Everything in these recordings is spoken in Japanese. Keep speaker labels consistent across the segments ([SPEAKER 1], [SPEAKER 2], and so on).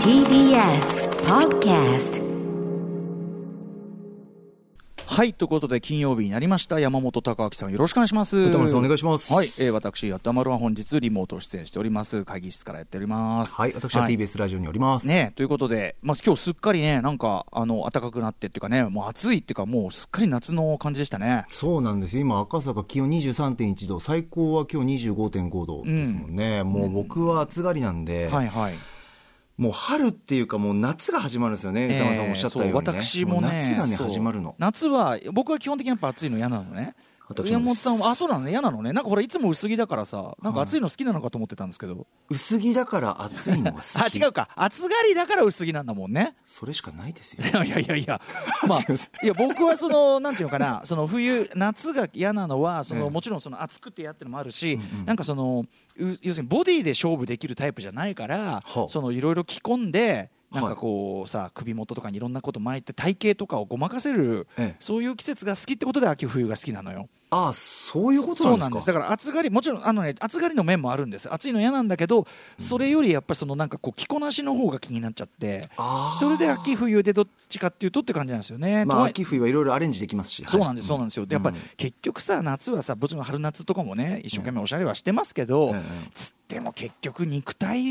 [SPEAKER 1] TBS Podcast
[SPEAKER 2] はい、ということで金曜日になりました。山本隆明さんよろしくお願いします。
[SPEAKER 3] 歌丸さんお願いします
[SPEAKER 2] はい、えー、私、やったまるは本日リモート出演しております。会議室からやっております。
[SPEAKER 3] はい、私は TBS ラジオにおります。
[SPEAKER 2] ねということで、まあ、今日すっかりね、なんか、あの、暖かくなってっていうかね、もう暑いっていうか、もうすっかり夏の感じでしたね。
[SPEAKER 3] そうなんですよ。今、赤坂気温23.1度、最高は今日25.5度ですもんね。もう僕は暑がりなんで、
[SPEAKER 2] はいはい。
[SPEAKER 3] もう春っていうかもう夏が始まるんですよね。歌丸さんおっしゃったように、
[SPEAKER 2] え
[SPEAKER 3] ね
[SPEAKER 2] ーそう私もね、
[SPEAKER 3] う夏がね、
[SPEAKER 2] そう
[SPEAKER 3] 始まるの。
[SPEAKER 2] 夏は、僕は基本的にやっぱ暑いの嫌なのね。
[SPEAKER 3] 私もです
[SPEAKER 2] 山本さんは、あ、そうなのね、嫌なのね。なんかほら、いつも薄着だからさ、なんか暑いの好きなのかと思ってたんですけど。
[SPEAKER 3] 薄着だから暑いのが好
[SPEAKER 2] あ、
[SPEAKER 3] き。
[SPEAKER 2] 違うか。暑がりだから薄着なんだもんね。
[SPEAKER 3] それしかないです よ。
[SPEAKER 2] いやいやいやいや、まあ
[SPEAKER 3] すいませ、
[SPEAKER 2] いや僕はその、なんていうのか な、その冬、夏が嫌なのは、そ
[SPEAKER 3] え
[SPEAKER 2] の
[SPEAKER 3] え
[SPEAKER 2] もちろんその暑くてやってるのもあるし、なんかその、う要するにボディで勝負できるタイプじゃないから、
[SPEAKER 3] はあ
[SPEAKER 2] そのいろいろ着込んで、なんかこうさ、首元とかにいろんなこと巻いて、体型とかをごまかせる
[SPEAKER 3] ええ、
[SPEAKER 2] そういう季節が好きってことで、秋冬が好きなのよ。
[SPEAKER 3] ああ、そういうこと
[SPEAKER 2] そ
[SPEAKER 3] な
[SPEAKER 2] うん
[SPEAKER 3] で
[SPEAKER 2] な
[SPEAKER 3] す
[SPEAKER 2] ん
[SPEAKER 3] か。
[SPEAKER 2] ですだから暑がりもちろんあの、ね、暑がりの面もあるんです暑いの嫌なんだけどそれよりやっぱりそのなんかこう着こなしの方が気になっちゃって
[SPEAKER 3] あー
[SPEAKER 2] それで秋冬でどっちかっていうとって感じなんですよね。
[SPEAKER 3] ま
[SPEAKER 2] と
[SPEAKER 3] あ、
[SPEAKER 2] はい
[SPEAKER 3] 秋冬はいろいろアレンジできますし。はい
[SPEAKER 2] そうなんです、そうなんですよ。で、やっぱり
[SPEAKER 3] うん
[SPEAKER 2] 結局さ、夏はさ、もちろん春夏とかもね、一生懸命おしゃれはしてますけど、
[SPEAKER 3] ええ
[SPEAKER 2] つっても結局、肉体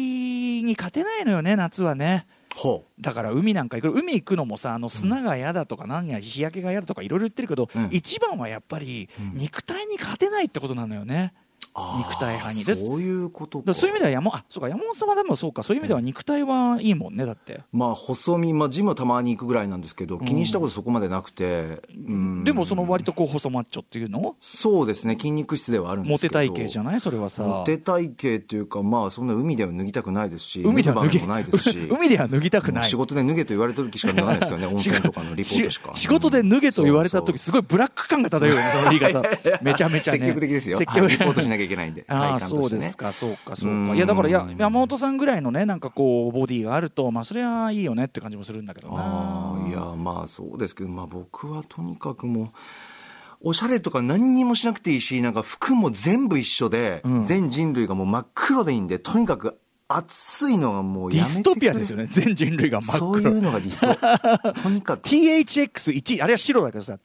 [SPEAKER 2] に勝てないのよね、夏はね。
[SPEAKER 3] ほう。
[SPEAKER 2] だから海なんか行く、海行くのもさ、あの砂が嫌だとか、何や、日焼けが嫌だとか、いろいろ言ってるけど、
[SPEAKER 3] うん
[SPEAKER 2] 一番はやっぱり、
[SPEAKER 3] うん
[SPEAKER 2] 肉体に勝てないってことなのよね。
[SPEAKER 3] あー
[SPEAKER 2] 肉体派にで
[SPEAKER 3] そういうこと
[SPEAKER 2] だから
[SPEAKER 3] か。
[SPEAKER 2] そういう意味では山、あ、そうか、山本さんはでもそうか、そういう意味では肉体はいいもんね、だって。
[SPEAKER 3] まあ、細身、まあ、ジムはたまに行くぐらいなんですけど、気にしたことそこまでなくて、うん
[SPEAKER 2] でも、その割とこう、細マッチョっていうの
[SPEAKER 3] そうですね、筋肉質ではあるんで
[SPEAKER 2] モ
[SPEAKER 3] すけ
[SPEAKER 2] テ
[SPEAKER 3] ど、
[SPEAKER 2] 体型じゃないそれはさ。
[SPEAKER 3] モテ体型というか、まあ、そんな海では脱ぎたくないですし、
[SPEAKER 2] 海では脱
[SPEAKER 3] 脱
[SPEAKER 2] ぎ、
[SPEAKER 3] ぎ場面もないです し
[SPEAKER 2] 海では脱ぎたく
[SPEAKER 3] も
[SPEAKER 2] な
[SPEAKER 3] う
[SPEAKER 2] い
[SPEAKER 3] 仕。事で脱げと言われた時しか脱がないです けどね、温泉とかのリポートしか。
[SPEAKER 2] 仕仕事で脱げと言われた時
[SPEAKER 3] そう
[SPEAKER 2] すごいブラック感が漂うよね、その言い 方。めちゃめちゃね。
[SPEAKER 3] 積極的ですよ
[SPEAKER 2] 積
[SPEAKER 3] は
[SPEAKER 2] 極
[SPEAKER 3] いリポートしなきゃいけないんで
[SPEAKER 2] ああ、
[SPEAKER 3] 体感として
[SPEAKER 2] そ
[SPEAKER 3] ね
[SPEAKER 2] うですか、そうか、そううんか。いや、だから、いや、山本さんぐらいのね、なんかこう、ボディがあると、まあ、それはいいよねって感じもするんだけど
[SPEAKER 3] あ
[SPEAKER 2] な。
[SPEAKER 3] ーいや、まあ、そうですけど、まあ、僕はとにかくもう、おしゃれとか何にもしなくていいし、なんか服も全部一緒で、
[SPEAKER 2] うん
[SPEAKER 3] 全人類がもう真っ黒でいいんで、とにかく暑いのがもう
[SPEAKER 2] ディ
[SPEAKER 3] やめて
[SPEAKER 2] ストピアですよ
[SPEAKER 3] ね。
[SPEAKER 2] ね、全人類が真っ
[SPEAKER 3] そうい
[SPEAKER 2] 黒。
[SPEAKER 3] うのが理想。とにかく。
[SPEAKER 2] THX1、あれは白だけどさ、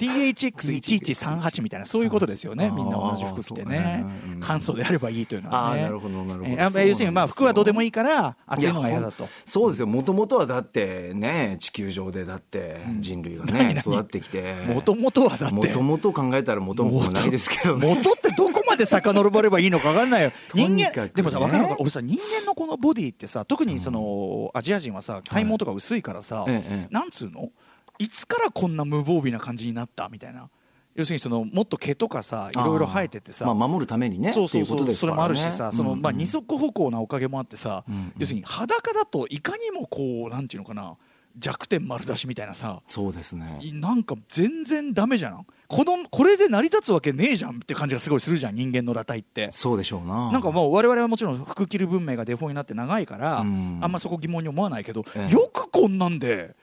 [SPEAKER 2] THX1138 みたいな、そういうことですよね、みんな同じ服着てね
[SPEAKER 3] あーそうだねう、ん
[SPEAKER 2] 簡素であればいいというのはね。
[SPEAKER 3] あーなるほどなるほど
[SPEAKER 2] えー
[SPEAKER 3] そうなんですよ
[SPEAKER 2] 要するに、まあ、服はどうでもいいから、暑いのが嫌だ
[SPEAKER 3] いやほ
[SPEAKER 2] と
[SPEAKER 3] ん。そうですよもともとはだってね地球上でだって人類がね、育ってきて
[SPEAKER 2] もともとはだって。
[SPEAKER 3] もともと考えたらもともとないですけどね
[SPEAKER 2] 元ってどこまで遡ればいいのか分かんないよ
[SPEAKER 3] とに
[SPEAKER 2] 人
[SPEAKER 3] か
[SPEAKER 2] 間で
[SPEAKER 3] くね
[SPEAKER 2] もさ分かるのか俺さ人間のこのボディってさ特にその、アジア人はさ体毛とか薄いからさ、
[SPEAKER 3] ええ
[SPEAKER 2] なんつうのいつからこんな無防備な感じになったみたいな要するにそのもっと毛とかさいろいろ生えてってさ
[SPEAKER 3] まあ、守るためにね
[SPEAKER 2] そうそう
[SPEAKER 3] ってい
[SPEAKER 2] そう
[SPEAKER 3] こと
[SPEAKER 2] う
[SPEAKER 3] です
[SPEAKER 2] それ
[SPEAKER 3] から、ね、
[SPEAKER 2] もあるしさその
[SPEAKER 3] うん
[SPEAKER 2] まあ二足歩行なおかげもあってさ
[SPEAKER 3] んうん
[SPEAKER 2] 要するに裸だといかにもこうなんていうのかな弱点丸出しみたいなさ
[SPEAKER 3] そうですね
[SPEAKER 2] いなんか全然ダメじゃんこのこれで成り立つわけねえじゃんって感じがすごいするじゃん人間の裸体って
[SPEAKER 3] そうでしょうな
[SPEAKER 2] なんかもう我々はもちろん服着る文明がデフォになって長いからあ
[SPEAKER 3] うん
[SPEAKER 2] んまそこ疑問に思わないけど
[SPEAKER 3] ええ
[SPEAKER 2] よくこんなんで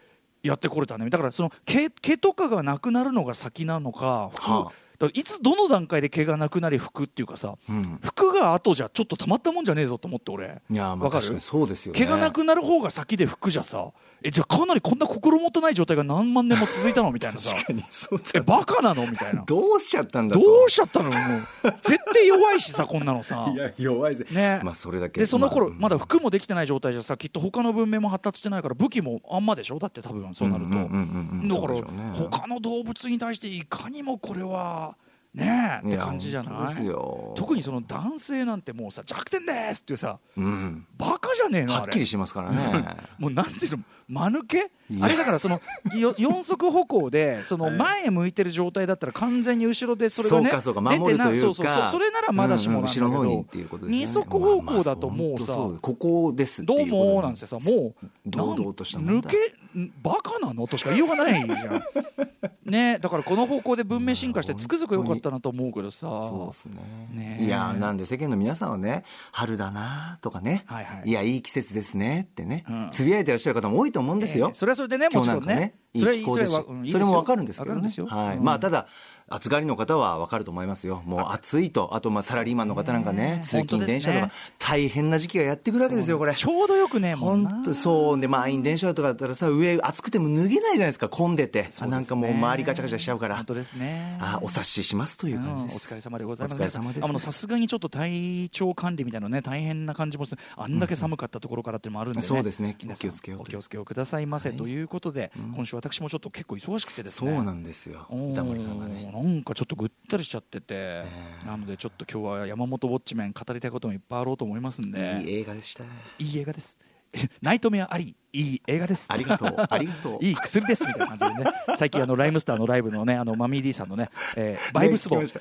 [SPEAKER 2] やってこれたねだからその毛毛とかがなくなるのが先なのか服
[SPEAKER 3] はあ
[SPEAKER 2] だからいつどの段階で毛がなくなり服っていうかさ
[SPEAKER 3] うん
[SPEAKER 2] 服が後じゃちょっとたまったもんじゃねえぞと思って俺
[SPEAKER 3] いやま
[SPEAKER 2] わか
[SPEAKER 3] あ確か
[SPEAKER 2] る
[SPEAKER 3] にそうですよね
[SPEAKER 2] 毛がなくなる方が先で服じゃさえじゃあかなりこんな心もとない状態が何万年も続いたのみたいなさ
[SPEAKER 3] 確かにそうだ
[SPEAKER 2] えバカなのみたいな
[SPEAKER 3] どうしちゃったんだと
[SPEAKER 2] どうしちゃったのもう絶対弱いしさこんなのさ
[SPEAKER 3] いや弱いぜ、
[SPEAKER 2] ね
[SPEAKER 3] まあそれだけ
[SPEAKER 2] でその頃
[SPEAKER 3] あ
[SPEAKER 2] まだ服もできてない状態じゃさきっと他の文明も発達してないから武器もあんまでしょだって多分そうなると
[SPEAKER 3] うんうんうんうん
[SPEAKER 2] だから
[SPEAKER 3] そうでしょうね
[SPEAKER 2] 他の動物に対していかにもこれはねえって感じじゃ
[SPEAKER 3] いや
[SPEAKER 2] な
[SPEAKER 3] 本当です
[SPEAKER 2] い
[SPEAKER 3] よ
[SPEAKER 2] 特にその男性なんてもうさ弱点ですっていうさ
[SPEAKER 3] うん
[SPEAKER 2] バカじゃねえの
[SPEAKER 3] は
[SPEAKER 2] あ
[SPEAKER 3] っ
[SPEAKER 2] れ
[SPEAKER 3] きりしてますからね
[SPEAKER 2] もうなんていうの間抜け
[SPEAKER 3] いや
[SPEAKER 2] あれだからそのよ四足歩行でその
[SPEAKER 3] はい
[SPEAKER 2] 前向いてる状態だったら完全に後ろでそれがね
[SPEAKER 3] そうかそう
[SPEAKER 2] 出
[SPEAKER 3] か
[SPEAKER 2] て
[SPEAKER 3] 守る
[SPEAKER 2] な
[SPEAKER 3] というか
[SPEAKER 2] そうそうそうそれならまだしもなんだけど、
[SPEAKER 3] うんうん後ろの方にっていうことですね
[SPEAKER 2] 二足歩行だともうさ、
[SPEAKER 3] まあまあ本当そうここですって
[SPEAKER 2] どう
[SPEAKER 3] いうこと
[SPEAKER 2] もなんてさもう
[SPEAKER 3] 堂々とした
[SPEAKER 2] なん
[SPEAKER 3] 問
[SPEAKER 2] 抜
[SPEAKER 3] 題
[SPEAKER 2] けんバカなのとしか言いようがないじゃんねだからこの方向で文明進化してつくづく良かったなと思うけどさ
[SPEAKER 3] そうですね
[SPEAKER 2] ねえ
[SPEAKER 3] いやなんで世間の皆さんはね春だなとかね、
[SPEAKER 2] はいはい
[SPEAKER 3] やいい季節ですねってね、
[SPEAKER 2] うん
[SPEAKER 3] つぶやいてらっしゃる方も多いと思うんですよ、
[SPEAKER 2] ええそれはそれでねも
[SPEAKER 3] 今
[SPEAKER 2] ち
[SPEAKER 3] 日な
[SPEAKER 2] ろ
[SPEAKER 3] ん
[SPEAKER 2] ん
[SPEAKER 3] かね
[SPEAKER 2] ね
[SPEAKER 3] いい気候ですしそれもわかるんですけどね
[SPEAKER 2] よ
[SPEAKER 3] はいまあただ暑がりの方は分かると思いますよ。もう暑いと、あとまあサラリーマンの方なんかね、通勤電車と
[SPEAKER 2] 本
[SPEAKER 3] か
[SPEAKER 2] 当で、
[SPEAKER 3] 大変な時期がやってくるわけですよ、これ。
[SPEAKER 2] ちょうどよくねえもんな
[SPEAKER 3] 本当そうで満員電車とかだったらさ上暑くても脱げないじゃないですか混んでてあなんかもう周りガチャガチャしちゃうから
[SPEAKER 2] 本当ですね
[SPEAKER 3] あお察ししますという感じ
[SPEAKER 2] うん
[SPEAKER 3] で
[SPEAKER 2] お
[SPEAKER 3] す、
[SPEAKER 2] 疲れ様でございます。
[SPEAKER 3] お疲れ様です
[SPEAKER 2] 皆さんあのさすがにちょっと体調管理みたいなのね大変な感じもする。あんだけ寒かったところからっていうのもあるんでね。
[SPEAKER 3] そうですね
[SPEAKER 2] 皆さん
[SPEAKER 3] お気をつけようと
[SPEAKER 2] お気をつけをくださいませ、
[SPEAKER 3] はい
[SPEAKER 2] ということで、今週私もちょっと結構忙しくてです
[SPEAKER 3] そ
[SPEAKER 2] ね。
[SPEAKER 3] うなんですよ歌森さんがね
[SPEAKER 2] おーなんかちょっとぐったりしちゃってて、なのでちょっと今日は山本ウォッチメン語りたいこともいっぱいあろうと思いますんで。
[SPEAKER 3] いい映画でした
[SPEAKER 2] いい映画です。 ナイトメアあり、いい映画です。
[SPEAKER 3] ありがとうありがとう
[SPEAKER 2] いい薬ですみたいな感じで ね。最近あのライムスターのライブのね、あのマミー D さんのね、えーバイブス棒。
[SPEAKER 3] ね聞き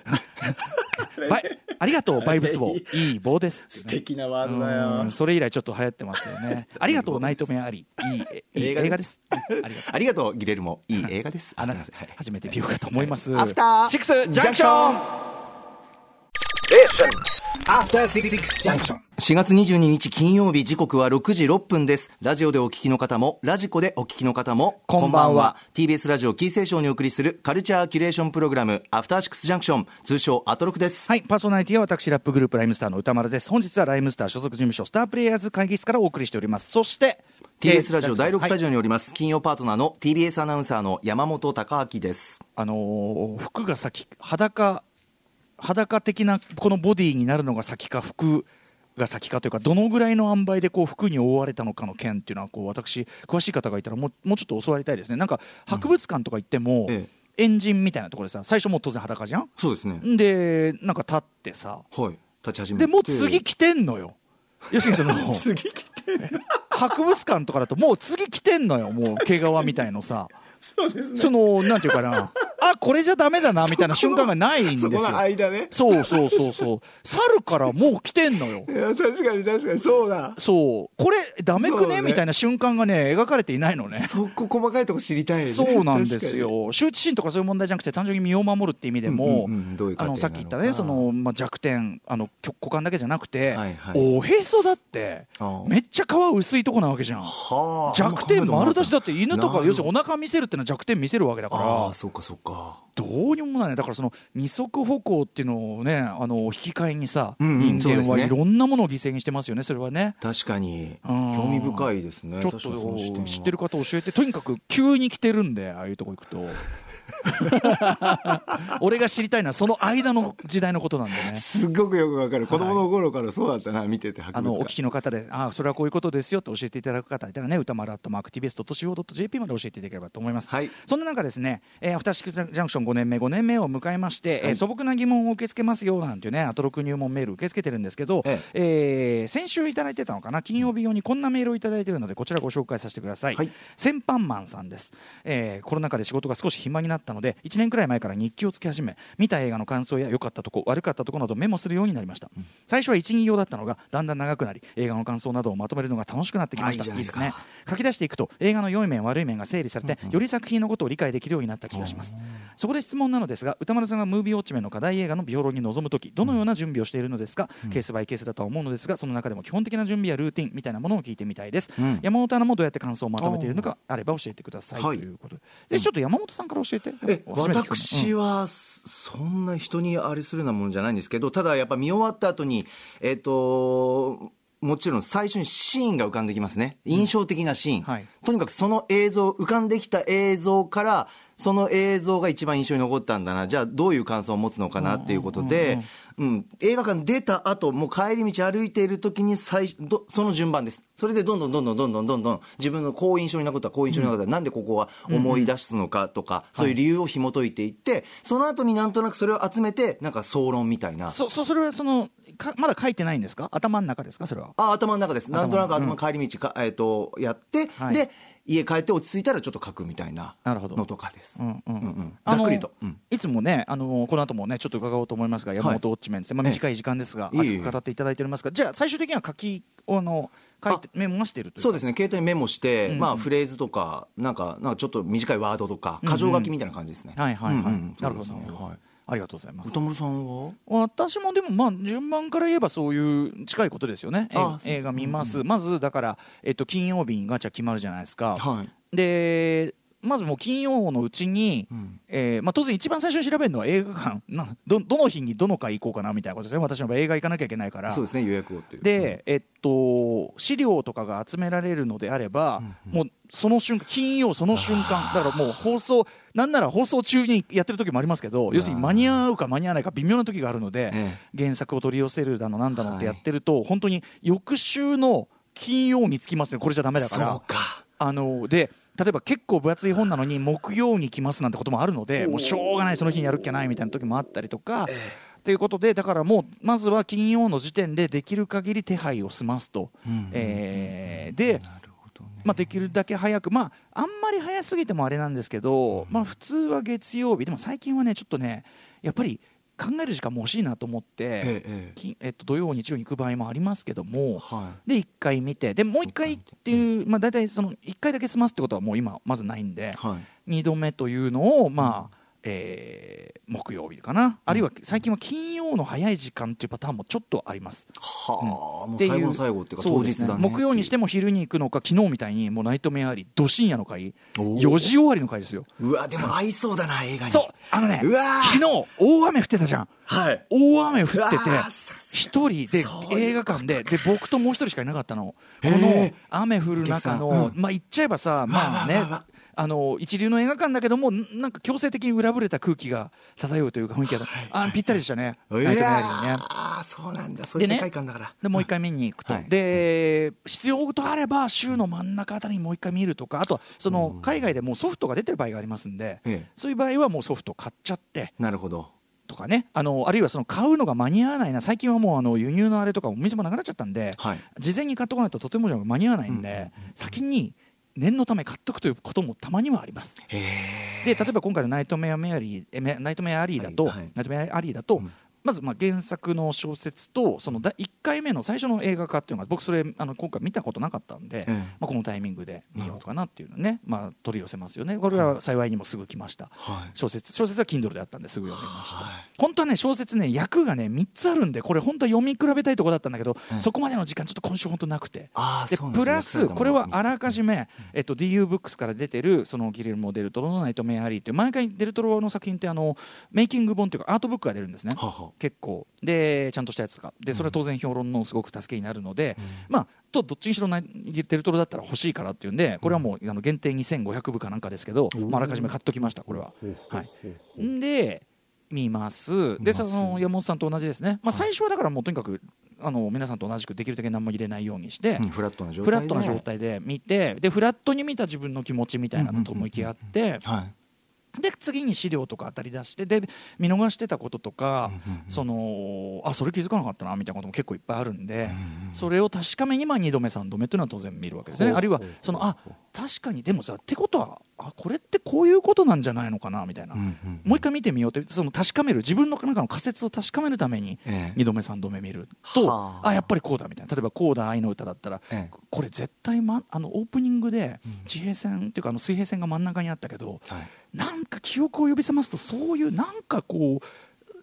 [SPEAKER 2] バイありがとうバイブス棒、 いい棒です、
[SPEAKER 3] 素敵なワードだよ
[SPEAKER 2] うんそれ以来ちょっと流行ってますよ ね。ありがとうナイトメアあり、いいえいい
[SPEAKER 3] 映画です
[SPEAKER 2] 映画です。ねありがとう。
[SPEAKER 3] ありがとうギレルもいい映画です
[SPEAKER 2] あ
[SPEAKER 3] あす
[SPEAKER 2] ないん
[SPEAKER 3] ま
[SPEAKER 2] か
[SPEAKER 3] せんはい
[SPEAKER 2] 始めてみようかと思います。
[SPEAKER 3] アフター
[SPEAKER 2] シックスジャンクション。
[SPEAKER 3] ョン
[SPEAKER 4] アフターシックスジャンクション
[SPEAKER 3] 4月22日金曜日時刻は6時6分です。ラジオでお聞きの方も、ラジコでお聞きの方も、
[SPEAKER 2] こんばんは
[SPEAKER 3] TBS ラジオキーセーションにお送りするカルチャーキュレーションプログラム、アフターシックスジャンクション、通称アトロクです。
[SPEAKER 2] はい、パーソナリティは私、ラップグループ、ライムスターの歌丸です。本日はライムスター所属事務所、スタープレイヤーズ会議室からお送りしております。そして、
[SPEAKER 3] TBS ラジオ第6スタジ
[SPEAKER 2] オ。
[SPEAKER 3] オにおります、金曜パートナーの TBS アナウンサーの山本隆明です。
[SPEAKER 2] あのー服が先、裸、裸的なこのボディになるのが先か、服が先かというか、どのぐらいの塩梅でこう服に覆われたのかの件っていうのは、こう私、詳しい方がいたらもう、もうちょっと教わりたいですね。なんか、博物館とか行っても、
[SPEAKER 3] うんえ
[SPEAKER 2] エンジンみたいなところでさ、最初もう当然裸じゃん
[SPEAKER 3] そうですね。
[SPEAKER 2] んで、なんか立ってさ、
[SPEAKER 3] はい。立ち始め
[SPEAKER 2] で
[SPEAKER 3] て
[SPEAKER 2] もう次来てんのよ。要するにそ の
[SPEAKER 3] 次来て。
[SPEAKER 2] 博物館とかだともう次来てんのよもう毛皮みたいのさ
[SPEAKER 3] そうです
[SPEAKER 2] そのなんていうか なあこれじゃダメだなみたいな瞬間がないんですよ
[SPEAKER 3] 間ね。
[SPEAKER 2] そうそうそうそう猿からもう来てんのよ
[SPEAKER 3] いや、確かに確かに、そうだ。
[SPEAKER 2] そうこれダメく
[SPEAKER 3] そう
[SPEAKER 2] ね
[SPEAKER 3] ね
[SPEAKER 2] みたいな瞬間がね描かれていないのね
[SPEAKER 3] そこ細かいとこ知りたい、
[SPEAKER 2] そうなんです。よ羞恥心とかそういう問題じゃなくて単純に身を守るって意味でも
[SPEAKER 3] うんうんうんどういう
[SPEAKER 2] あ
[SPEAKER 3] 観点なのか
[SPEAKER 2] のさっき言ったねその、まあ、弱点あのきょ股間だけじゃなくて、
[SPEAKER 3] はいはい
[SPEAKER 2] おへそだって
[SPEAKER 3] ああ
[SPEAKER 2] めっちゃ皮薄いとこなわけじゃん。
[SPEAKER 3] はあ
[SPEAKER 2] 弱点丸出しだって犬とか要する
[SPEAKER 3] に
[SPEAKER 2] にお腹見せるっていうのは弱点見せるわけだ
[SPEAKER 3] ああ
[SPEAKER 2] か
[SPEAKER 3] ー
[SPEAKER 2] ら
[SPEAKER 3] そっかそっか
[SPEAKER 2] どうにもならないだからその二足歩行っていうのをねあの引き換えにさ
[SPEAKER 3] うんうん
[SPEAKER 2] 人間
[SPEAKER 3] そう
[SPEAKER 2] は
[SPEAKER 3] です
[SPEAKER 2] い
[SPEAKER 3] ね
[SPEAKER 2] ろんなものを犠牲にしてますよねそれはね。
[SPEAKER 3] 確かに
[SPEAKER 2] うん
[SPEAKER 3] 興味深いですね
[SPEAKER 2] ちょっと
[SPEAKER 3] 確かにその視点は
[SPEAKER 2] 知ってる方教えてとにかく急に来てるんでああいうとこ行 くと 俺が知りたいのはその間の時代のことなんでね
[SPEAKER 3] すっごくよくわかる子供の頃からそうだったな見てて博
[SPEAKER 2] あの
[SPEAKER 3] 物
[SPEAKER 2] お聞
[SPEAKER 3] 館
[SPEAKER 2] きの方で、あそれはこういうことですよと教えていただく方いたらね、歌丸アットマーク TBS.CO.JP まで教えていただければと思います。
[SPEAKER 3] はい
[SPEAKER 2] そんな中ですね、えー、アフターシックスジャンクション5年目、5年目を迎えまして、えー
[SPEAKER 3] はい
[SPEAKER 2] 素朴な疑問を受け付けますよなんていうね、アトロク入門メール受け付けてるんですけど、
[SPEAKER 3] え
[SPEAKER 2] えー先週いただいてたのかな、金曜日用にこんなメールをいただいてるので、こちらご紹介させてください。
[SPEAKER 3] はい
[SPEAKER 2] 先般マンさんです、えーコロナ禍で仕事が少し暇になったので1年くらい前から日記をつけ始め見た映画の感想や良かったとこ悪かったとこなどメモするようになりました、最初は12行だったのがだんだん長くなり映画の感想などをまとめるのが楽しくなってきました
[SPEAKER 3] あいいじ
[SPEAKER 2] い
[SPEAKER 3] ゃないい
[SPEAKER 2] で
[SPEAKER 3] ですすか
[SPEAKER 2] ね書き出していくと映画の良い面悪い面が整理されて、より作品のことを理解できるようになった気がします、そこで質問なのですが歌丸さんがムービーウォッチメンの課題映画の評論に臨む時どのような準備をしているのですか、ケースバイケースだとは思うのですがその中でも基本的な準備やルーティンみたいなものを聞いてみたいです、
[SPEAKER 3] うん
[SPEAKER 2] 山本アナもどうやって感想をまとめているのかあれば教えてくださいと
[SPEAKER 3] はい
[SPEAKER 2] いうことで、でちょっと山本さんから教えて
[SPEAKER 3] え
[SPEAKER 2] 初めて聞くの
[SPEAKER 3] 私はそんな人にあれするようなもんじゃないんですけどただやっぱ見終わった後にえっ、ともちろん最初にシーンが浮かんできますね印象的なシーン、
[SPEAKER 2] はい
[SPEAKER 3] とにかくその映像浮かんできた映像からその映像が一番印象に残ったんだなじゃあどういう感想を持つのかなっていうことで、うん、映画館出た後もう帰り道歩いている時に最初どその順番ですそれでどんどんどんどんどんどんどんどん自分の好印象に残った好印象に残った、なんでここは思い出すのかとか、そういう理由を紐解いていって、その後になんとなくそれを集めてなんか総論みたいな
[SPEAKER 2] そそそれはそのかまだ書いてないんですか頭の中ですかそれは
[SPEAKER 3] あ頭の中ですなんとなく頭の帰り道か、えー、とやって、
[SPEAKER 2] はい
[SPEAKER 3] で家帰って落ち着いたらちょっと書くみたいな
[SPEAKER 2] なるほど
[SPEAKER 3] のとかです、
[SPEAKER 2] うんうん
[SPEAKER 3] うんうん
[SPEAKER 2] あの
[SPEAKER 3] ざっくりとうん
[SPEAKER 2] いつもね、あのこの後もね、ちょっと伺おうと思いますが、山本ウォッチメンですね、まあ、
[SPEAKER 3] ええ
[SPEAKER 2] 短い時間ですが、
[SPEAKER 3] いえいえ
[SPEAKER 2] 熱く語っていただいておりますが、じゃあ、最終的には書き、あの書いて、メモはしているという
[SPEAKER 3] そうですすね携帯にメモして、
[SPEAKER 2] うんうん
[SPEAKER 3] まあ、フレーズとかなんかなんかちょっと短いワードとか
[SPEAKER 2] んうん
[SPEAKER 3] 箇条書きみたいな感じですね、
[SPEAKER 2] はいはいはい、
[SPEAKER 3] うんうん
[SPEAKER 2] なるほど、
[SPEAKER 3] そうですね
[SPEAKER 2] は
[SPEAKER 3] はい
[SPEAKER 2] い、ありがとうございます
[SPEAKER 3] 歌。丸さんは
[SPEAKER 2] 私もでもまあ順番から言えばそういう近いことですよねえ
[SPEAKER 3] あそう
[SPEAKER 2] 映画見ます、まずだから、えっと、金曜日がじゃあ決まるじゃないですか、
[SPEAKER 3] はい
[SPEAKER 2] でまずもう金曜のうちに、えーまあ、当然、一番最初に調べるのは映画館など、どの日にどの回行こうかなみたいなことですね、私の場合、映画行かなきゃいけないから。
[SPEAKER 3] そうですね予約をっていう
[SPEAKER 2] で、えっと、資料とかが集められるのであれば、もうその瞬間、金曜その瞬間、だからもう放送、なんなら放送中にやってる時もありますけど、要するに間に合うか間に合わないか微妙な時があるので、
[SPEAKER 3] え
[SPEAKER 2] 原作を取り寄せるだの、なんだのって
[SPEAKER 3] は
[SPEAKER 2] や
[SPEAKER 3] い
[SPEAKER 2] ってると、本当に翌週の金曜につきますね、これじゃだめだから。
[SPEAKER 3] そうか
[SPEAKER 2] あので例えば結構分厚い本なのに木曜に来ますなんてこともあるのでもうしょうがないその日にやるっきゃないみたいな時もあったりとか。ということでだからもうまずは金曜の時点でできる限り手配を済ますと、えーで、まあ、できるだけ早く、まあ、あんまり早すぎてもあれなんですけど、まあ、普通は月曜日でも最近はねちょっとねやっぱり考える時間も欲しいなと思って、
[SPEAKER 3] ええ
[SPEAKER 2] 金えっと、土曜日曜に行く場合もありますけども、
[SPEAKER 3] は
[SPEAKER 2] で1回見てでもう1回っていう、まあ、大体その1回だけ済ますってことはもう今まずないんで、
[SPEAKER 3] はい
[SPEAKER 2] 2度目というのを、まあえー木曜日かなあるいは最近は金曜の早い時間っていうパターンもちょっとあります。
[SPEAKER 3] はあ、も
[SPEAKER 2] っ
[SPEAKER 3] う
[SPEAKER 2] てい
[SPEAKER 3] 最後の最後っていうか
[SPEAKER 2] そ
[SPEAKER 3] 当
[SPEAKER 2] で
[SPEAKER 3] 日
[SPEAKER 2] すね
[SPEAKER 3] だね
[SPEAKER 2] 木曜にしても昼に行くのか昨日みたいにもうナイトメアリーど深夜の回
[SPEAKER 3] おー
[SPEAKER 2] 4時終わりの回ですよ
[SPEAKER 3] うわでも合いそうだな映画に
[SPEAKER 2] そうあのね
[SPEAKER 3] うわー
[SPEAKER 2] 昨日大雨降ってたじゃん
[SPEAKER 3] はい
[SPEAKER 2] 大雨降ってて
[SPEAKER 3] うわーさすが
[SPEAKER 2] 一人で
[SPEAKER 3] そういうことか
[SPEAKER 2] 映画館でで僕ともう一人しかいなかったのこ
[SPEAKER 3] へー
[SPEAKER 2] の雨降る中
[SPEAKER 3] お
[SPEAKER 2] の、
[SPEAKER 3] 客
[SPEAKER 2] まあ言っちゃえばさまあねあの一流の映画館だけどもんなんか強制的に裏ぶれた空気が漂うというか雰囲気があぴったりでしたねナイトメアリーにね
[SPEAKER 3] ああそうなんだそういう世界観だから、
[SPEAKER 2] でもう一回見に行くと、
[SPEAKER 3] はい
[SPEAKER 2] で必要とあれば週の真ん中あたりにもう一回見るとかあとはその海外でもうソフトが出てる場合がありますんで、
[SPEAKER 3] ええ
[SPEAKER 2] そういう場合はもうソフト買っちゃって
[SPEAKER 3] なるほど
[SPEAKER 2] とかねあのあるいはその買うのが間に合わないな最近はもうあの輸入のあれとかお店もなくなっちゃったんで、
[SPEAKER 3] はい
[SPEAKER 2] 事前に買っとかないととてもじゃ間に合わないんで、先に念のため買っとくということもたまにはあります。
[SPEAKER 3] へ
[SPEAKER 2] で
[SPEAKER 3] え
[SPEAKER 2] 例えば今回のナイトメアメアリーえめナイトメアアリーだと、
[SPEAKER 3] はいはい
[SPEAKER 2] ナイトメアアリーだと、まずまあ原作の小説とそのだ1回目の最初の映画化っていうのが僕それあの今回見たことなかったんで、
[SPEAKER 3] ええ
[SPEAKER 2] まあ、このタイミングで見ようかなっていうのね、まあ、取り寄せますよねこれは幸いにもすぐ来ました、
[SPEAKER 3] はい
[SPEAKER 2] 小説小説は Kindle であったんですぐ読めました、
[SPEAKER 3] はい
[SPEAKER 2] 本当はね小説ね役がね3つあるんでこれ本当は読み比べたいところだったんだけど、
[SPEAKER 3] ええ
[SPEAKER 2] そこまでの時間ちょっと今週本当なくて。
[SPEAKER 3] ああ
[SPEAKER 2] で
[SPEAKER 3] そうなんですね
[SPEAKER 2] プラス、
[SPEAKER 3] 埼玉の
[SPEAKER 2] これはあらかじめ、えっと、DU ブックスから出てるそのギリルモ・デルトロの「ナイト・メアリー」っていう毎回デルトロの作品ってあのメイキング本というかアートブックが出るんですね。
[SPEAKER 3] はは
[SPEAKER 2] 結構でちゃんとしたやつがでそれは当然評論のすごく助けになるので、まあとどっちにしろなデルトロだったら欲しいからっていうんでこれはもうあの限定2500部かなんかですけど、まあ、あらかじめ買っときましたこれは。はい、んで見ますでその山本さんと同じですね、まあ、最初はだからもうとにかくあの皆さんと同じくできるだけ何も入れないようにして、
[SPEAKER 3] うんフラットな状態
[SPEAKER 2] フ
[SPEAKER 3] で
[SPEAKER 2] ラットな状態で見てでフラットに見た自分の気持ちみたいなのとも向き合って
[SPEAKER 3] はい
[SPEAKER 2] で次に資料とか当たり出してで見逃してたこととかそのあそれ気づかなかったなみたいなことも結構いっぱいあるんでそれを確かめにまあ2度目3度目というのは当然見るわけですね
[SPEAKER 3] ほう
[SPEAKER 2] あるいはそのあ確かにでもさってことはあこれってこういうことなんじゃないのかなみたいな。
[SPEAKER 3] んうん
[SPEAKER 2] もう一回見てみようってその確かめる自分の中の仮説を確かめるために
[SPEAKER 3] ええ
[SPEAKER 2] 2度目3度目見ると、
[SPEAKER 3] はあ
[SPEAKER 2] あやっぱりこうだみたいな例えば「こうだ愛の歌」だったら、
[SPEAKER 3] ええ
[SPEAKER 2] これ絶対、ま、あのオープニングで地平線っていうかあの水平線が真ん中にあったけど、
[SPEAKER 3] はい
[SPEAKER 2] なんか記憶を呼び覚ますとそういうなんかこ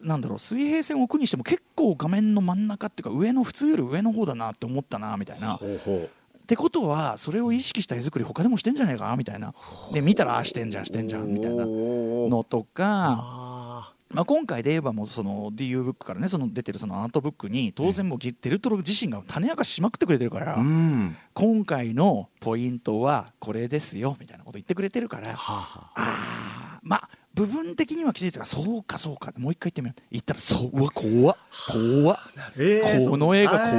[SPEAKER 2] うなんだろう水平線を置くにしても結構画面の真ん中っていうか上の普通より上の方だなって思ったなみたいな。
[SPEAKER 3] ほうほ
[SPEAKER 2] ってことはそれを意識した絵作り他でもしてんじゃないかなみたいなで見たらあーしてんじゃんしてんじゃんみたいなのとか
[SPEAKER 3] あ
[SPEAKER 2] まあ、今回で言えばもうその DU ブックからねその出てるそのアートブックに当然もうギデルトロ自身が種明かししまくってくれてるから、
[SPEAKER 3] あうん
[SPEAKER 2] 今回のポイントはこれですよみたいなこと言ってくれてるから
[SPEAKER 3] はあはあ
[SPEAKER 2] あーまあ部分的には気づいてたからそうかそうかもう一回言ってみよう言ったらそううわ怖っ怖っ
[SPEAKER 3] ええ
[SPEAKER 2] この映画怖っ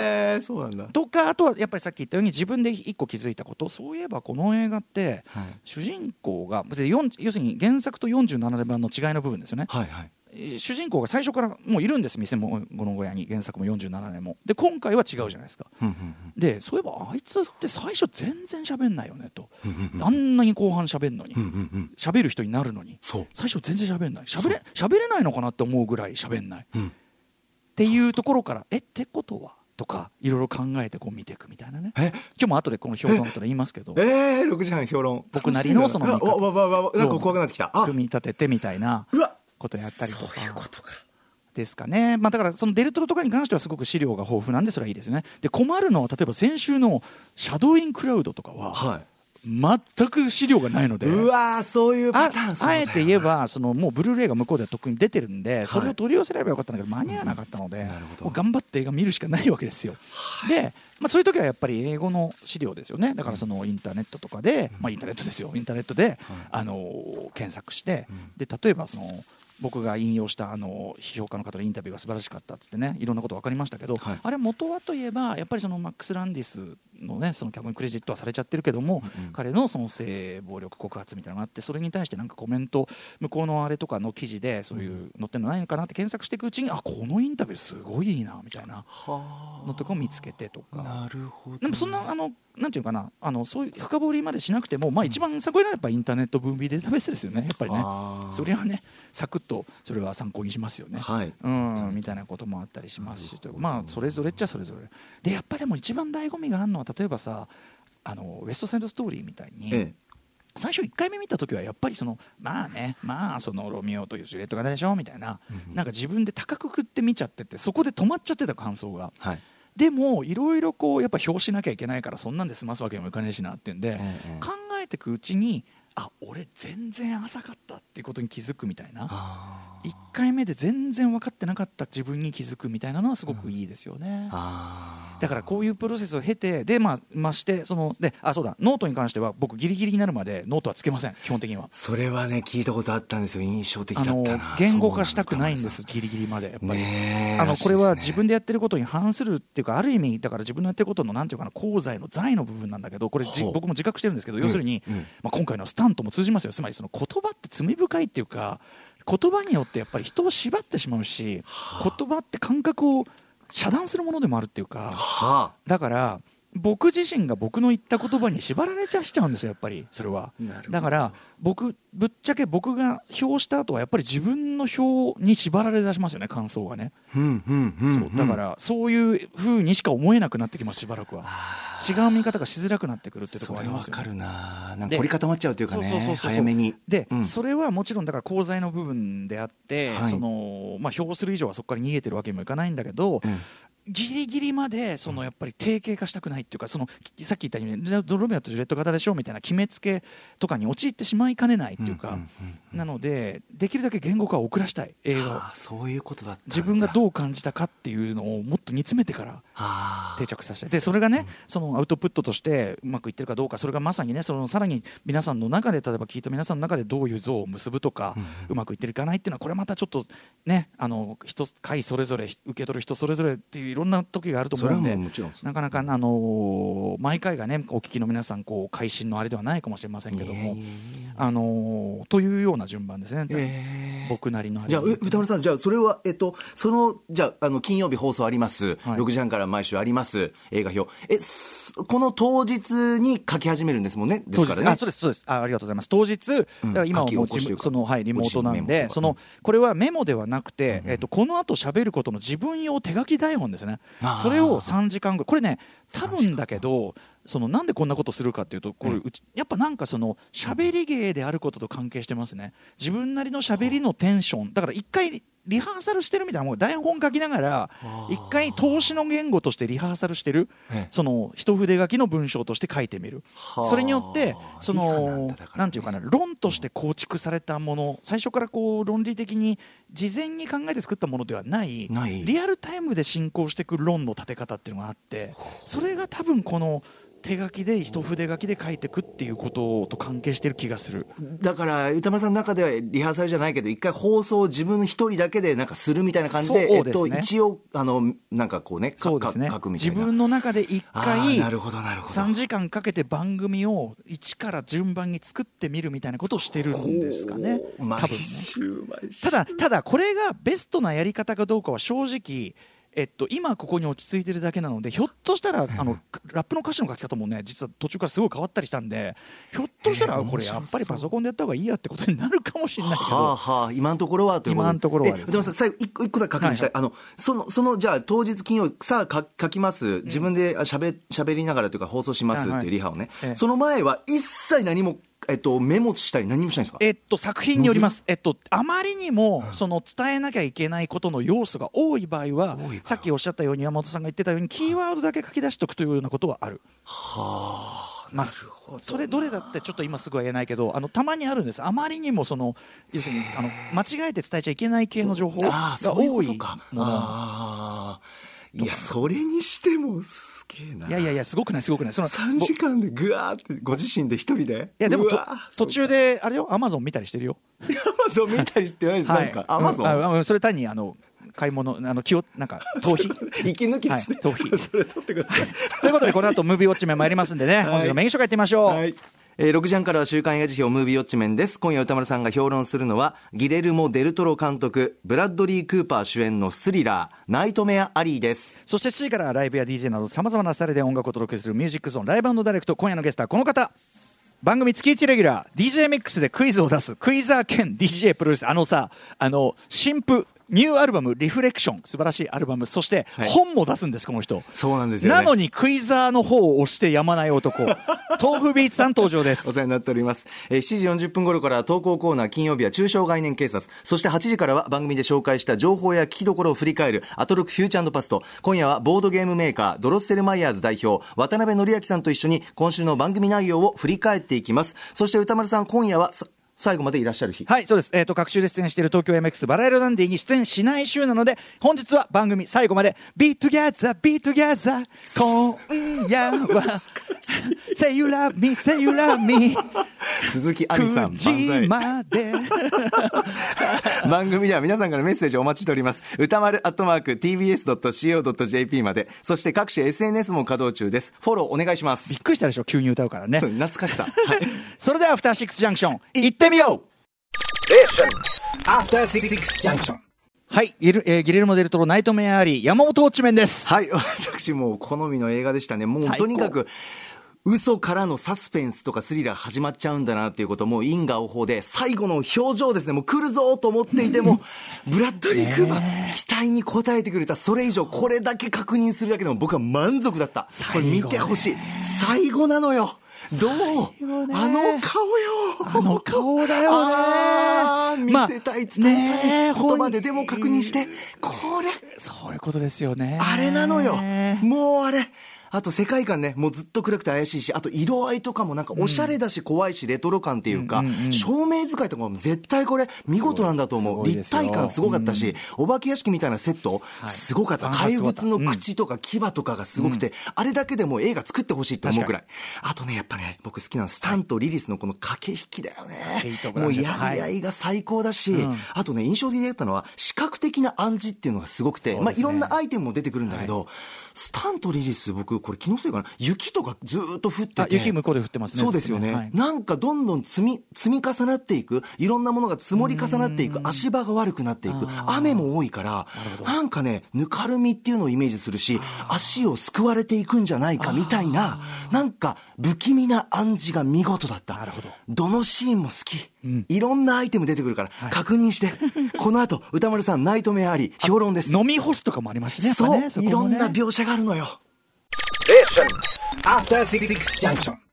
[SPEAKER 3] ええそうなんだ
[SPEAKER 2] とかあとはやっぱりさっき言ったように自分で一個気づいたことそういえばこの映画って
[SPEAKER 3] はい
[SPEAKER 2] 主人公が別に四要するに原作と47番の違いの部分ですよね
[SPEAKER 3] はいはい
[SPEAKER 2] えー主人公が最初からもういるんです店もこの小屋に原作も47年もで今回は違うじゃないですか
[SPEAKER 3] うんうん
[SPEAKER 2] でそういえばあいつって最初全然喋んないよねと
[SPEAKER 3] うんうんうん
[SPEAKER 2] あんなに後半喋んのに
[SPEAKER 3] うんうんうん
[SPEAKER 2] 喋る人になるのに
[SPEAKER 3] そう
[SPEAKER 2] 最初全然喋んない喋れ喋れないのかなって思うぐらい喋んないっ
[SPEAKER 3] うん
[SPEAKER 2] ていうところからえってことはとかいろいろ考えてこう見ていくみたいなね今
[SPEAKER 3] え
[SPEAKER 2] 日も後でこの評論とで言いますけど
[SPEAKER 3] ええ6時半評論
[SPEAKER 2] 僕なりのその見
[SPEAKER 3] うわ
[SPEAKER 2] 方
[SPEAKER 3] わわわわわなんか怖くなってきたあ
[SPEAKER 2] 組み立ててみたいな
[SPEAKER 3] うわ
[SPEAKER 2] ことやったりとか
[SPEAKER 3] そういうことか
[SPEAKER 2] ですかね、まあ、だからそのデルトロとかに関してはすごく資料が豊富なんでそれはいいですねで困るのは例えば先週の「シャドウイン・クラウド」とかは、
[SPEAKER 3] はい
[SPEAKER 2] 全く資料がないので。
[SPEAKER 3] うわーそういうパ
[SPEAKER 2] あ
[SPEAKER 3] ターンそう
[SPEAKER 2] あ
[SPEAKER 3] だよ
[SPEAKER 2] え
[SPEAKER 3] な
[SPEAKER 2] て言えばそのもうブルーレイが向こうではとっくに出てるんで、それを取り寄せればよかったんだけど間に合わなかったので、もう頑張って映画見るしかないわけですよ。で、まあ、そういう時はやっぱり英語の資料ですよねだからそのインターネットとかで、まあ、インターネットですよインターネットで、あのー検索して、で例えばその。僕が引用したあの批評家の方のインタビューが素晴らしかったっつってねいろんなこと分かりましたけど、あれ元はといえばやっぱりそのマックス・ランディスのねその脚本にクレジットはされちゃってるけども、彼のその性暴力告発みたいなのがあってそれに対してなんかコメント向こうのあれとかの記事でそういう載ってるのないのかなって検索していくうちにあこのインタビューすごいいいなみたいなのとかを見つけてとか。
[SPEAKER 3] なるほど
[SPEAKER 2] でもそんなあのなんていうかなあのそういう深掘りまでしなくても、まあ、一番参考になるのはやっぱインターネット分ーデータベースですよねやっぱりね
[SPEAKER 3] あー
[SPEAKER 2] それはねサクッとそれは参考にしますよね、
[SPEAKER 3] はい
[SPEAKER 2] うん、みたいなこともあったりしますしというまあそれぞれっちゃそれぞれでやっぱりでも一番醍醐味があるのは例えばさあのウエストサイドストーリーみたいに、
[SPEAKER 3] ええ
[SPEAKER 2] 最初1回目見た時はやっぱりそのまあねまあそのロミオというジュレットがでしょみたいな、なんか自分で高く食って見ちゃっててそこで止まっちゃってた感想が。
[SPEAKER 3] はい
[SPEAKER 2] でもいろいろこうやっぱ表しなきゃいけないからそんなんで済ますわけにもいかねえしなっていうんで、
[SPEAKER 3] ええ
[SPEAKER 2] 考えてくうちにあ俺全然浅かったっていうことに気づくみたいな
[SPEAKER 3] あー
[SPEAKER 2] 1回目で全然分かってなかった自分に気づくみたいなのはすごくいいですよね。
[SPEAKER 3] あー
[SPEAKER 2] だからこういうプロセスを経てで、まあ、ましてそのであそうだノートに関しては僕ギリギリになるまでノートはつけません基本的には。
[SPEAKER 3] それはね聞いたことあったんですよ印象的だ
[SPEAKER 2] あ
[SPEAKER 3] った
[SPEAKER 2] の
[SPEAKER 3] な
[SPEAKER 2] 言語化したくないんですギリギリまでやっぱり。
[SPEAKER 3] ねえ
[SPEAKER 2] あのこれは自分
[SPEAKER 3] で
[SPEAKER 2] でやってることに反するっていうか、ある意味、だから自分のやってることのなんていうかな、功罪の罪の部分なんだけど、これ、じ
[SPEAKER 3] ほう
[SPEAKER 2] 僕も自覚してるんですけど、要するに
[SPEAKER 3] うんうん、
[SPEAKER 2] まあ今回のスタントも通じますよ、つまりその言葉って罪深いっていうか、言葉によってやっぱり人を縛ってしまうし、言葉って感覚を遮断するものでもあるっていうか、
[SPEAKER 3] は
[SPEAKER 2] だから、僕自身が僕の言った言葉に縛られちゃしちゃうんですよ、やっぱり、それは。
[SPEAKER 3] なるほど
[SPEAKER 2] だから、僕、ぶっちゃけ僕が評した後は、やっぱり自分の評に縛られだしますよね、感想がね。
[SPEAKER 3] あうんうんうん
[SPEAKER 2] そうだからそういう風にしか思えなくなってきますしばらくは違う見方がしづらくなってくるってとこ
[SPEAKER 3] そ
[SPEAKER 2] ろあ
[SPEAKER 3] れ
[SPEAKER 2] りま
[SPEAKER 3] わ
[SPEAKER 2] すよ、ね、
[SPEAKER 3] かるななんか
[SPEAKER 2] で
[SPEAKER 3] 凝り固まっちゃうというか
[SPEAKER 2] そうそうそうそ
[SPEAKER 3] ね
[SPEAKER 2] う
[SPEAKER 3] 早めに
[SPEAKER 2] で、
[SPEAKER 3] うん
[SPEAKER 2] それはもちろんだから功罪の部分であって、
[SPEAKER 3] はい
[SPEAKER 2] そのまあ評する以上はそこから逃げてるわけにもいかないんだけど、
[SPEAKER 3] ん
[SPEAKER 2] ギリギリまでそのやっぱり定型化したくないっていうかそのきさっき言ったようにドロメアとジュレット型でしょみたいな決めつけとかに陥ってしまいかねないっていうか、
[SPEAKER 3] うんうんうん
[SPEAKER 2] なのでできるだけ言語化を遅らしたい映画を
[SPEAKER 3] あーそういうことだったんだ
[SPEAKER 2] 自分がどう感じたかっていうのをもっと煮詰めてから
[SPEAKER 3] あー
[SPEAKER 2] 定着させてでそれがね、そのアウトプットとしてうまくいってるかどうかそれがまさにねそのさらに皆さんの中で例えば聞いた皆さんの中でどういう像を結ぶとか、うまくいってるいかないっていうのはこれまたちょっとねあの人回それぞれ受け取る人それぞれっていういろんな時があると思うん
[SPEAKER 3] それ
[SPEAKER 2] で
[SPEAKER 3] はもうもちろんです
[SPEAKER 2] なかなか、あのー毎回がねお聞きの皆さんこう会心のあれではないかもしれませんけども
[SPEAKER 3] いえいえい
[SPEAKER 2] あのーというような順番ですね、
[SPEAKER 3] えー
[SPEAKER 2] 僕なりのあれ
[SPEAKER 3] じゃあ、う歌丸さん、じゃあ、それは、えっと、その、じゃあ、あの、金曜日放送あります。
[SPEAKER 2] はい
[SPEAKER 3] 6時半から毎週あります。映画表。え、すこの当日に書き始めるんですもんね。ですからね。
[SPEAKER 2] あそうですそうですあありがとうございます当日、
[SPEAKER 3] ん
[SPEAKER 2] だから今はもう
[SPEAKER 3] 書き起こしというか
[SPEAKER 2] その、はい、リモートなん
[SPEAKER 3] ご自身のメモ
[SPEAKER 2] で
[SPEAKER 3] とか
[SPEAKER 2] そうの
[SPEAKER 3] ん
[SPEAKER 2] これはメモではなくて、えっとこの後喋ることの自分用手書き台本ですね
[SPEAKER 3] あー
[SPEAKER 2] それを3時間後これね多分だけどそのなんでこんなことするかっていうとこれ、うちやっぱなんかその喋り芸であることと関係してますね自分なりの喋りのテンションだから一回リハーサルしてるみたいなもう台本書きながら一回投資の言語としてリハーサルしてる
[SPEAKER 3] ええ
[SPEAKER 2] その一筆書きの文章として書いてみる
[SPEAKER 3] はあ
[SPEAKER 2] それによってそ
[SPEAKER 3] リハなん
[SPEAKER 2] の
[SPEAKER 3] だだからね
[SPEAKER 2] なんていうかな論として構築されたもの最初からこう論理的に事前に考えて作ったものではない
[SPEAKER 3] ない
[SPEAKER 2] リアルタイムで進行していく論の立て方っていうのがあってそれが多分この手書きで一筆書きで書いていくっていうことと関係してる気がする。
[SPEAKER 3] だから、歌丸さんの中ではリハーサルじゃないけど、一回放送を自分一人だけでなんかするみたいな感じで、
[SPEAKER 2] そう
[SPEAKER 3] えっ
[SPEAKER 2] です
[SPEAKER 3] と、
[SPEAKER 2] ね
[SPEAKER 3] 一応、あの、なんかこうね、か
[SPEAKER 2] そうですね
[SPEAKER 3] か書くみたい
[SPEAKER 2] 自
[SPEAKER 3] な。
[SPEAKER 2] 分の中で一
[SPEAKER 3] あー
[SPEAKER 2] 回
[SPEAKER 3] なるほど、なるほど。
[SPEAKER 2] 3時間かけて番組を一から順番に作ってみるみたいなことをしてるんですかね
[SPEAKER 3] おー毎
[SPEAKER 2] 多分ね
[SPEAKER 3] 週、毎週。
[SPEAKER 2] ただただこれがベストなやり方かどうかは正直えっと、今ここに落ち着いてるだけなのでひょっとしたらあのラップの歌詞の書き方もね実は途中からすごい変わったりしたんでひょっとしたら
[SPEAKER 3] えー
[SPEAKER 2] これ
[SPEAKER 3] 面白
[SPEAKER 2] や
[SPEAKER 3] そう
[SPEAKER 2] っぱりパソコンでやった方がいいやってことになるかもしれないけ
[SPEAKER 3] はあ
[SPEAKER 2] ど
[SPEAKER 3] はあ、今のところはというとで
[SPEAKER 2] 今のところはで
[SPEAKER 3] え
[SPEAKER 2] すね
[SPEAKER 3] 歌丸さん、最後、一個、一個だけ確認したい。
[SPEAKER 2] はい
[SPEAKER 3] あの、その、その、じゃあ、当日金曜、さあ、書書きます。自分であ喋、喋りながらというか、放送しま
[SPEAKER 2] は
[SPEAKER 3] すっ
[SPEAKER 2] い
[SPEAKER 3] て
[SPEAKER 2] はいいう
[SPEAKER 3] リハをね
[SPEAKER 2] ええ。
[SPEAKER 3] その前は、一切何も、えっと、メモしたり何もしないんですか
[SPEAKER 2] えっと、作品によります、えっと、あまりにもその伝えなきゃいけないことの要素が多い場合は、さっきおっしゃったように、山本さんが言ってたように、キーワードだけ書き出しておくというようなことはある。ますそれどれだってちょっと今すぐは言えないけどあのたまにあるんですあまりにもその要するにあの間違えて伝えちゃいけない系の情報
[SPEAKER 3] あ
[SPEAKER 2] が
[SPEAKER 3] あそういう
[SPEAKER 2] 多
[SPEAKER 3] こ
[SPEAKER 2] い
[SPEAKER 3] とか
[SPEAKER 2] もの
[SPEAKER 3] ああいやそれにしてもすげえない
[SPEAKER 2] やいやいやすごくないすごくないその
[SPEAKER 3] 3
[SPEAKER 2] ぼ
[SPEAKER 3] 時間でぐわーってご自身で一人で
[SPEAKER 2] いやでも
[SPEAKER 3] う
[SPEAKER 2] と
[SPEAKER 3] わー
[SPEAKER 2] 途中であれよアマゾン見たりしてるよ。
[SPEAKER 3] アマゾン見たりしてないなんですか、アマゾン、
[SPEAKER 2] うんああそれ単にあの買い物あの気をなんか逃避。
[SPEAKER 3] 息抜きですね、
[SPEAKER 2] はい逃避
[SPEAKER 3] それ取ってください
[SPEAKER 2] ということでこの後ムービーウォッチメン参りますんでね、本日のメイン紹介いってみましょう。
[SPEAKER 3] はい。えー6時半からは週刊映画辞表ムービーウォッチメンです。今夜歌丸さんが評論するのは、ギレルモ・デルトロ監督、ブラッドリー・クーパー主演のスリラー、ナイトメア・アリーです。
[SPEAKER 2] そして C からはライブや DJ などさまざまなスタイルで音楽をお届けするミュージックゾーンライブダイレクト今夜のゲストはこの方番組月1レギュラー DJ ミックスでクイズを出すクイザー兼 DJ プロデュースあのさあの新婦ニューアルバム「リフレクション」素晴らしいアルバムそして
[SPEAKER 3] はい
[SPEAKER 2] 本も出すんですこの人
[SPEAKER 3] そうなんですよね
[SPEAKER 2] なのにクイザーの方を押してやまない 男豆腐ビーツさん登場です
[SPEAKER 3] お世話になっております。えー7時40分頃から投稿コーナー、金曜日は中小概念警察。そして8時からは番組で紹介した情報や聞きどころを振り返る、アトロックフューチャーパスト。今夜はボードゲームメーカー、ドロッセルマイヤーズ代表、渡辺則明さんと一緒に今週の番組内容を振り返っていきます。そして歌丸さん、今夜はさ最後までいらっしゃる 日。
[SPEAKER 2] はい、そうです。えっ、と、各週で出演している東京 MX バラエロダンディに出演しない週なので、本日は番組最後まで、Be Together, Be Together, 今夜は、Say You Love Me, Say You Love Me,
[SPEAKER 3] 鈴木亜美さん、
[SPEAKER 2] 9時
[SPEAKER 3] 万
[SPEAKER 2] まで。
[SPEAKER 3] 歳。 番組では皆さんからメッセージをお待ちしております。歌丸アットマーク tbs.co.jp まで。そして各種 SNS も稼働中です。フォローお願いしま
[SPEAKER 2] びっ
[SPEAKER 3] す。
[SPEAKER 2] くりしたでしょ、急に歌うからね
[SPEAKER 3] そう。懐かし さ。はい
[SPEAKER 2] それでは、アフターシックスジャンクション、行ってみよう
[SPEAKER 4] After Six Junction.
[SPEAKER 2] はい、ギル、えーギレルモデルトロナイトメアアリー、山本ウォッチメンです。
[SPEAKER 3] はい、私もう好みの映画でしたね。もう
[SPEAKER 2] 最高
[SPEAKER 3] とにかく、嘘からのサスペンスとかスリラー始まっちゃうんだなっていうことも因果応報で、最後の表情ですね、もう来るぞと思っていても、ブラッドリー・クーバー、期待に応えてくれた、それ以上これだけ確認するだけでも僕は満足だった。これ見てほしい。最後なのよ。どうあの顔よ。
[SPEAKER 2] あの顔だよね
[SPEAKER 3] あー見
[SPEAKER 2] まあ
[SPEAKER 3] せたい、伝えた
[SPEAKER 2] ねえ
[SPEAKER 3] い。言葉で
[SPEAKER 2] 本人
[SPEAKER 3] でも確認して、これ。
[SPEAKER 2] そういうことですよね。
[SPEAKER 3] あれなのよ。もうあれ。あと世界観ね、もうずっと暗くて怪しいし、あと色合いとかもなんかおしゃれだし怖いし、レトロ感っていうか、照明使いとかも絶対これ見事なんだと思う。
[SPEAKER 2] すごいです
[SPEAKER 3] 立
[SPEAKER 2] よ
[SPEAKER 3] 体感すごかったし、お化け屋敷みたいなセット、すごかった。
[SPEAKER 2] バランス
[SPEAKER 3] 怪
[SPEAKER 2] すごかった
[SPEAKER 3] 物の口とか牙とかがすごくて、あれだけでもう映画作ってほしいと思うくらい。あとね、やっぱね、僕好きなのはスタンとリリスのこの駆け引きだよ
[SPEAKER 2] いい
[SPEAKER 3] ね
[SPEAKER 2] と。こ
[SPEAKER 3] も
[SPEAKER 2] なん
[SPEAKER 3] う
[SPEAKER 2] ですよ
[SPEAKER 3] やり合いが最高だし、
[SPEAKER 2] うん
[SPEAKER 3] あとね、印象的だったのは視覚的な暗示っていうのがすごくて、
[SPEAKER 2] そうですね
[SPEAKER 3] まあいろんなアイテムも出てくるんだけど、スタントリリス、僕、これ気のせいかな、雪とかずーっと降って
[SPEAKER 2] あ
[SPEAKER 3] て。
[SPEAKER 2] 雪向こうで降ってますね。
[SPEAKER 3] そうですよね、
[SPEAKER 2] はい
[SPEAKER 3] なんかどんどん積み積み重なっていくいろんなものが積もり重なっていく足場が悪くなっていく雨も多いからなんかねぬかるみっていうのをイメージするし足をすくわれていくんじゃないかみたいななんか不気味な暗示が見事だった
[SPEAKER 2] なるほど
[SPEAKER 3] のシーンも好き、いろんなアイテム出てくるから確 認して、この後歌丸さんナイトメアあり評論です
[SPEAKER 2] 飲み干すとかもありますしね。やっぱ
[SPEAKER 3] そう
[SPEAKER 2] ねこ
[SPEAKER 3] いろ
[SPEAKER 2] もね
[SPEAKER 3] んな描写があるのよ
[SPEAKER 4] After Six Junction.